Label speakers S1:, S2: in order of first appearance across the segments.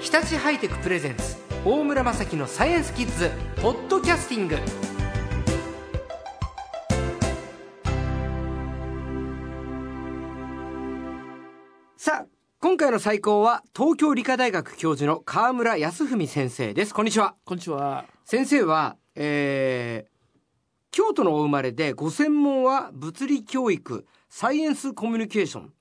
S1: 日立ハイテクプレゼンツ大村雅樹のサイエンスキッズポッドキャスティングさあ今回の最高は東京理科大学教授の川村康文先生ですこんにちは
S2: こんにちは。
S1: 先生は、えー京都のお生まれでご専門は物理教育サイエンスコミュニケーション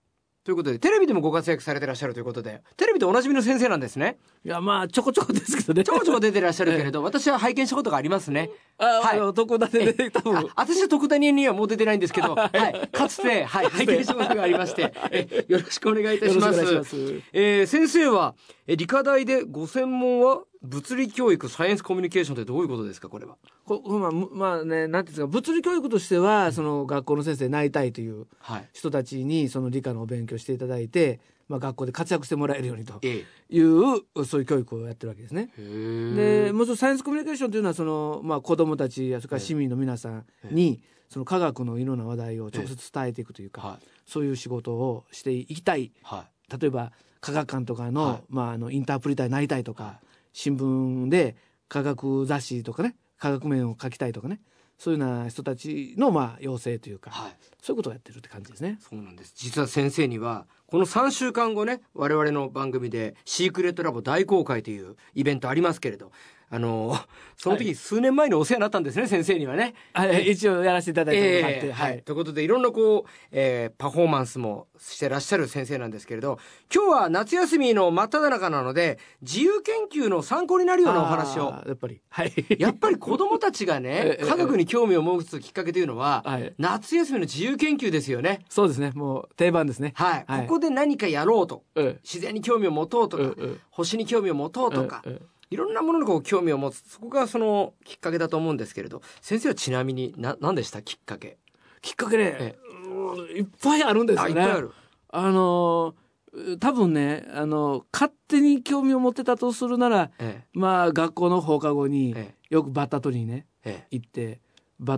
S1: ということでテレビでもご活躍されてらっしゃるということでテレビでおなじみの先生なんですね
S2: いや、まあ、ちょこちょこですけどね。
S1: ちょこちょこ出てらっしゃるけれど、私は拝見したことがありますね。
S2: あ、
S1: はい
S2: あの男だね、多
S1: あ
S2: 分。
S1: 私は徳谷にはもう出てないんですけど、はい、かつて、はい、拝見したことがありまして、えよろしくお願いいたします。
S2: よろしくお願いします
S1: えー先生は、え理科大でご専門は物理教育、サイエンスコミュニケーションってどういうことですか、これは。
S2: ここまあ、むまあね、なんていうんですか、物理教育としては、その学校の先生になりたいという
S1: はい。
S2: 人たちに、その理科のお勉強していただいて、まあ、学校で活躍してもらえるようにと
S1: え
S2: いう、そういう教育をやってるわけですね。
S1: え。へ
S2: で、もうちょっとサイエンスコミュニケーションというのは、その、まあ、子供たちや、それから市民の皆さんに、その科学のいろんな話題を直接伝えていくというか
S1: は、
S2: そういう仕事をしていきたい
S1: は
S2: 例えば科学館とかの,、
S1: はい
S2: まあ、あのインタープリターになりたいとか、新聞で科学雑誌とかね科学面を書きたいとかねそういうような人たちのまあ要請というか、
S1: い。はい。
S2: そういうことをやってるって感じですね。
S1: そうなんです。実は先生には、この3週間後ね、我々の番組で、シークレットラボ大公開というイベントありますけれど、あの、その
S2: は
S1: 時数年前にお世話になったんですね、先生にはね。
S2: はい、一応やらせていただいたことがあって、
S1: ええ
S2: は
S1: はいい。ということで、いろんなこう、えーパフォーマンスもしてらっしゃる先生なんですけれど、今日は夏休みの真っ只中なので、自由研究の参考になるようなお話を。
S2: あーやっぱりはい
S1: やっぱり子供たちがね
S2: え、え
S1: 科学に興味を持つきっかけというのは、
S2: はい
S1: 夏休みの自由研究ですよね。
S2: そうですねもう定番ですね。
S1: はい。
S2: はい
S1: ここで何かやろうと。
S2: うん
S1: 自然に興味を持とうとか、
S2: うんうん
S1: 星に興味を持とうとか、
S2: うんうん
S1: いろんなものにこう興味を持つそこがそのきっかけだと思うんですけれど先生はちなみにな何でしたきっかけ
S2: きっかけね、
S1: え
S2: うんいっぱいあるんですよ
S1: あい
S2: ね。
S1: っぱいある
S2: あのー多分ねあの勝手に興味を持ってたとするなら
S1: え
S2: まあ学校の放課後に
S1: え
S2: よくバッタ取りにね
S1: えええ
S2: 行ってバッ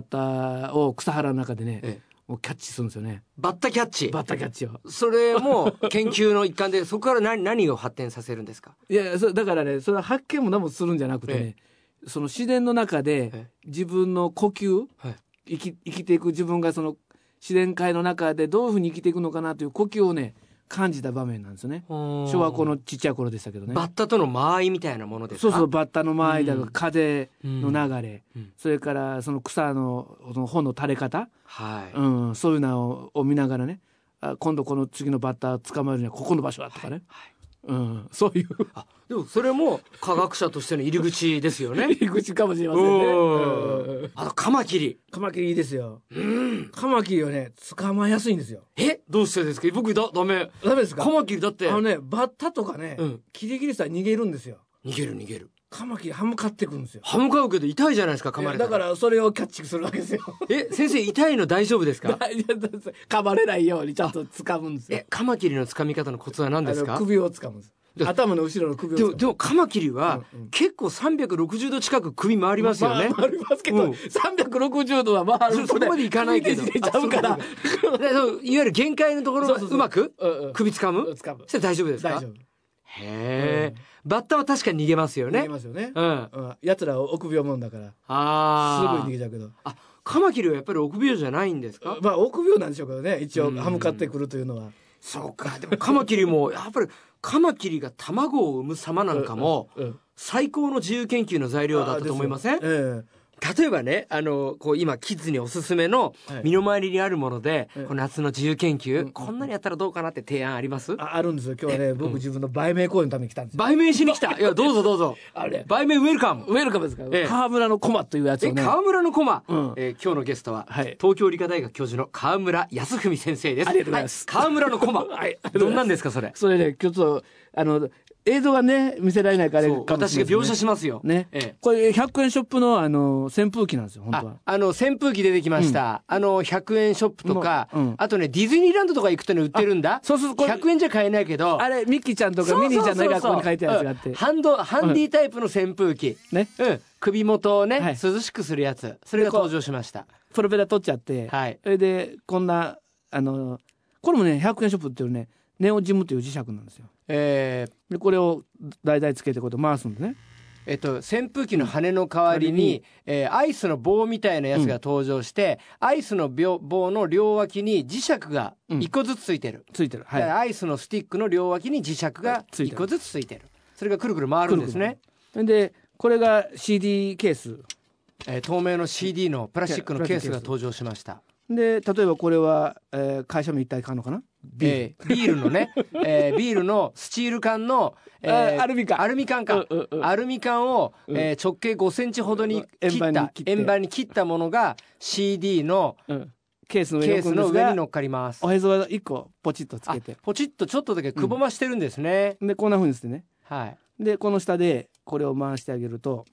S2: タを草原の中でね
S1: ええ
S2: もうキャッチするんですよね
S1: バッタキャッチ
S2: バッタキャッチを
S1: それも研究の一環でそこから何何を発展させるんですか
S2: いやいやそれだからねそれは発見も何もするんじゃなくてね、その自然の中
S1: え
S2: で自分の呼吸、
S1: は
S2: 生
S1: い
S2: き生きていく自分がその自然界の中でどういうふうに生きていくのかなという呼吸をね感じた場面なんですよね
S1: 昭
S2: 小学校のちっちゃい頃でしたけどね
S1: バッタとの間合いみたいなものです
S2: そ
S1: か
S2: うそうバッタの間合いだと
S1: うん
S2: か風の流れ、
S1: うん
S2: それからその草のその本の垂れ方、
S1: はい、
S2: うん、そういうのをを見ながらねあ今度この次のバッター捕まえるにはここの場所だとかね、
S1: はい
S2: うん、そういう
S1: あでもそれも科学者としての入り口ですよね
S2: 入り口かもしれませんねうん
S1: うん。あとカマキリ
S2: カマキリいいですよ、カマキリはね捕まえやすいんですよ
S1: えどうしてですか僕だダメ
S2: ダメですか
S1: カマキリだって
S2: あの
S1: 逃
S2: ねバッタとかね、
S1: うん
S2: キリギリスは逃げるんですよ
S1: げる逃げる
S2: カマキリ歯向かってくるんですよ
S1: 歯向かうけど痛いじゃないですか噛まれた
S2: だからそれをキャッチするわけですよ
S1: え先生痛いの大丈夫ですか
S2: いやだって噛まれないようにちゃんと掴むんですよ
S1: えカマキリの掴み方のコツは何です
S2: あの
S1: か
S2: 首を掴むんです
S1: で
S2: 頭の後ろの首を
S1: で
S2: 掴む
S1: もでもカマキリは結構360度近く首回りますよね、
S2: まあ、回りますけど、
S1: うん
S2: 360度は回る
S1: そそこまでいかないけど
S2: 首で入れちゃうから
S1: あそうかでそういわゆる限界のところ
S2: そう
S1: を
S2: そうそう
S1: うまく
S2: うんうん
S1: 首掴
S2: うん
S1: む
S2: 掴む
S1: それ大丈夫ですか
S2: 大丈夫
S1: へえ、バッタは確かに逃げますよ
S2: 逃げ
S1: ね
S2: ますよね、
S1: うん
S2: うん、やつらは臆病もんだから
S1: あ
S2: すぐに逃げ
S1: ー
S2: ちゃうけど
S1: あカマキリはやっぱり臆病じゃないんですか
S2: まあ臆病なんでしょうけどね一応歯向かってくるというのは
S1: そうかでもカマキリも やっぱりカマキリが卵を産む様なんかも
S2: うんうん
S1: 最高の自由研究の材料だったと思いません
S2: あーですよえ
S1: 例えばねあのこう今キッズにおすすめの
S2: はい
S1: 身の回りにあるもので、
S2: ええ
S1: この夏の自由研究、
S2: ん
S1: こんなにやったらどうかなって提案あります
S2: えああるんですよ今日はね僕自分の売名講演のために来たんですよ
S1: 売名しに来たいやどうぞどうぞ
S2: あれ
S1: 売名ウェルカム
S2: ウェルカムですか、
S1: ええ
S2: 川村のコマというやつ
S1: え
S2: をね
S1: 川村のコマ、
S2: うん
S1: えー今日のゲストは、
S2: はい
S1: 東京理科大学教授の川村康文先生です
S2: ありがとうございます
S1: は川村のコマ、
S2: はい
S1: どんなんですかそれ
S2: それねちょっとあの映像がね見せられないからあれ
S1: そ
S2: か
S1: う
S2: もしれないで
S1: 私が
S2: すね
S1: 描写しますよ、
S2: ね、
S1: ええ
S2: これ100円ショップのあの扇風機なんですよ本当
S1: あ
S2: は。
S1: あの扇風機出てきました、あの100円ショップとか、
S2: もううん
S1: あとねディズニーランドとか行くとね売ってるんだ
S2: そうそうそうこれ
S1: 100円じゃ買えないけど
S2: あれミッキーちゃんとか
S1: そうそう
S2: ミニーちゃんの絵が
S1: そ
S2: こ
S1: うそ
S2: こ
S1: う
S2: に書いてあるやつがあって
S1: うんハンドハンディタイプの扇風機、
S2: ね
S1: うん、首元をね、
S2: はい
S1: 涼しくするやつそれが登場しました
S2: プロペラ取っちゃって
S1: はい
S2: それでこんなあのこれもね100円ショップっていうねネオジムという磁石なんですよ
S1: えー
S2: でこれを台々つけてこうやって回すんでね
S1: えっと、扇風機の羽の代わりに、えーアイスの棒みたいなやつが登場して、アイスのびょ棒の両脇に磁石が一個ずつついてる、
S2: ついてるは
S1: だか
S2: い
S1: らアイスのスティックの両脇に磁石が
S2: ついて
S1: 一
S2: る
S1: 個ずつついてるそれがくるくる回るんですね
S2: でこれが CD ケース
S1: えー透明の CD のプラスチックのケースが登場しました
S2: で例えばこれは、えー会社も一体買うのかな
S1: ビール,、えービール のね、えービールのスチール缶の、え
S2: あアルミ缶
S1: アルミ缶か、
S2: うんうんうん
S1: アルミ缶を、えー直径5センチほどに
S2: 円
S1: 切っ
S2: 盤
S1: た
S2: に切って
S1: 円盤に切ったものが CD の
S2: うんケースの上に
S1: ケー
S2: 置く
S1: ス
S2: んで
S1: の
S2: す
S1: 上
S2: が
S1: に乗っかります
S2: おへそは1個ポチッとつけて
S1: あポチッとちょっとだけくぼましてるんですね、
S2: でこんなふうにしてね
S1: はい
S2: でこの下でこれを回してあげると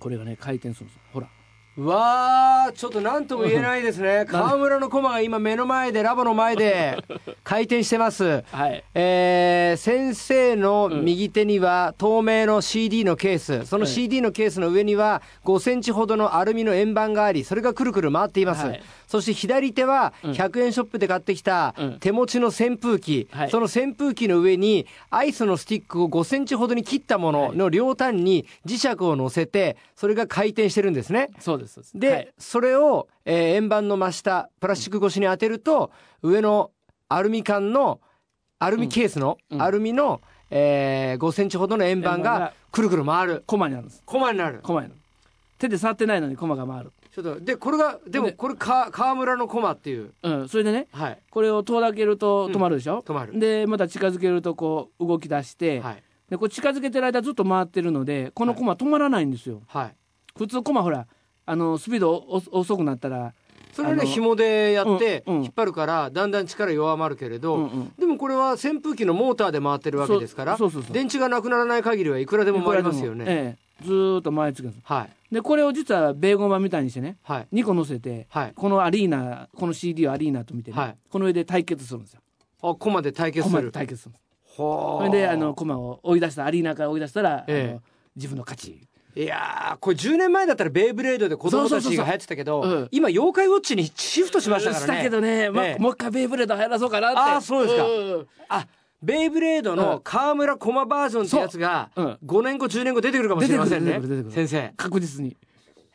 S2: これがね回転するんですよほら
S1: うわーちょっと何とも言えないです ね河村の駒が今目の前でラボの前で回転してます
S2: はい
S1: えー先生の右手には透明の CD のケースその
S2: はい
S1: CD のケースの上には5センチほどのアルミの円盤がありそれがくるくる回っています、
S2: はい
S1: そして左手は
S2: うん
S1: 100円ショップで買ってきた
S2: うん
S1: 手持ちの扇風機、
S2: はい
S1: その扇風機の上にアイスのスティックを5センチほどに切ったものの両端に磁石を乗せてそれが回転してるんですね。
S2: そうですそうです
S1: で、
S2: はい
S1: それを、えー円盤の真下プラスチック越しに当てると、上のアルミ缶のアルミケースの、
S2: うん
S1: アルミの、えー5センチほどの円
S2: 円
S1: 盤
S2: 盤
S1: が
S2: が
S1: くるくる回る
S2: コマにあるんです
S1: コマになる
S2: コマになる手で触ってないのにコマが回る
S1: ちょっとでこれがでも
S2: で
S1: これか川村のコマっていう
S2: うんそれでね
S1: はい
S2: これを遠ざけると止まるでしょ、
S1: 止まる
S2: でまた近づけるとこう動き出して、
S1: はい
S2: でこう近づけてる間ずっと回ってるのでこのコマ止まらないんですよ、
S1: はい
S2: 普通コマほらあのスピードおお遅くなったら、
S1: それを
S2: あ
S1: ね
S2: の
S1: 紐でやって
S2: うんうん
S1: 引っ張るからだんだん力弱まるけれど、
S2: うんうん
S1: でもこれは扇風機のモーターで回ってるわけですから
S2: そうそうそうそう
S1: 電池がなくならない限りはいくらでも回りますよ
S2: いく
S1: ね
S2: らでもええ、ずーっと回り続けるんです
S1: はい
S2: でこれを実はベーゴマみたいにしてね
S1: はい
S2: 2個乗せて
S1: はい
S2: このアリーナこの CD をアリーナと見てね、
S1: はい
S2: この上で対決するんですよ
S1: あコマで対決
S2: コ
S1: す
S2: マ
S1: る
S2: で対決するんです
S1: ほ
S2: それであのコマを追い出したアリーナから追い出したら、
S1: ええ
S2: あの自分の勝ち
S1: いやーこれ10年前だったらベイブレードで子供
S2: そう
S1: た
S2: そうそう
S1: ち
S2: そ
S1: が
S2: う
S1: 流行ってたけど
S2: うん
S1: 今妖怪ウォッチにシフトしましたからね
S2: したけどね、ま
S1: ええ
S2: もう一回ベイブレード流行らそうかなって
S1: あーそうですか
S2: ん
S1: あベイブレードの川村コマバージョンってやつが
S2: そううん
S1: 5年後10年後出てくるかもしれません
S2: 出
S1: ね
S2: てくる出てくる出てく
S1: 先
S2: る
S1: 生
S2: 確実に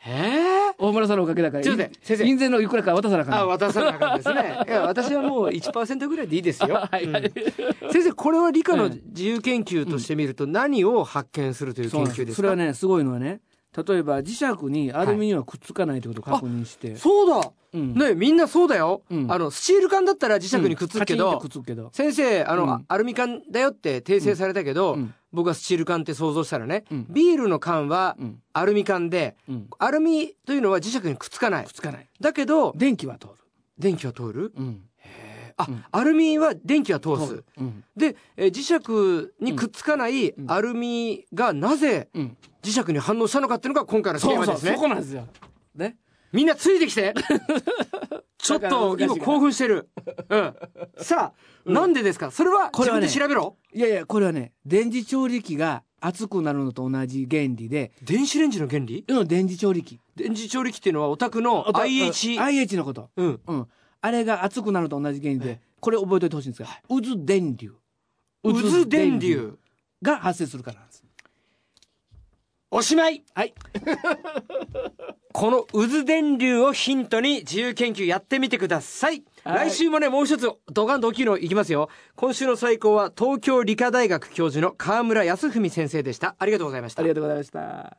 S1: えー
S2: 大村さんのおかげだから
S1: ちょっと待って先生
S2: 印税のいくらか渡さなあかん
S1: あ渡さなあかんですねいや私はもう1%ぐらいでいいです よ、
S2: はいはい
S1: うん先生これは理科の自由研究として見ると何を発見するという
S2: そう
S1: 研
S2: なん
S1: 究ですか
S2: それはねすごいのはね例えば磁石にアルミにはくっつかないということを確認して、
S1: そうだ、
S2: うん
S1: ねみんなそうだよ、
S2: うん
S1: あのスチール缶だったら磁石にくっつくけ
S2: カチン
S1: ど、
S2: ってくっつくけど
S1: 先生あの、
S2: うん
S1: あアルミ缶だよって訂正されたけど、
S2: うん
S1: 僕はスチール缶って想像したらね、
S2: うん
S1: ビールの缶は
S2: うん
S1: アルミ缶で、
S2: うんく
S1: アルミというのは磁石にくっつかない
S2: っつかない
S1: だけど
S2: 電気は通る、
S1: 電気は通る
S2: うん、
S1: あ、
S2: うん
S1: アルミは電気は通す
S2: 通るうん
S1: で、えー磁石にくっつかない
S2: うん
S1: アルミがなぜ
S2: うん
S1: 磁石に反応したのかっていうのが今回のテー
S2: そう
S1: マ
S2: そ
S1: で
S2: う
S1: すね
S2: そこなんですよね
S1: みんなついてき てちょっと今興奮してる、うん、さあ、なんでですかそれは
S2: こ
S1: 自
S2: れは
S1: 分
S2: ね
S1: で調べろ
S2: いやいやこれはね電磁調理器が熱くなるのと同じ原理で
S1: 電子レンジの原理
S2: うん電磁調理器
S1: 電磁調理器っていうのはお宅の IH
S2: うん IH のこと
S1: うん
S2: うんあれが熱くなると同じ原理
S1: え
S2: でこれ覚えておいてほしいんですが渦電流
S1: 渦電流
S2: が発生するからなんです
S1: おしまい
S2: はい
S1: この渦電流をヒントに自由研究やってみてください。
S2: はい
S1: 来週もね、もう一つドカンと大きいのいきますよ。今週の最高は東京理科大学教授の河村康文先生でした。ありがとうございました
S2: あり。がとうございました。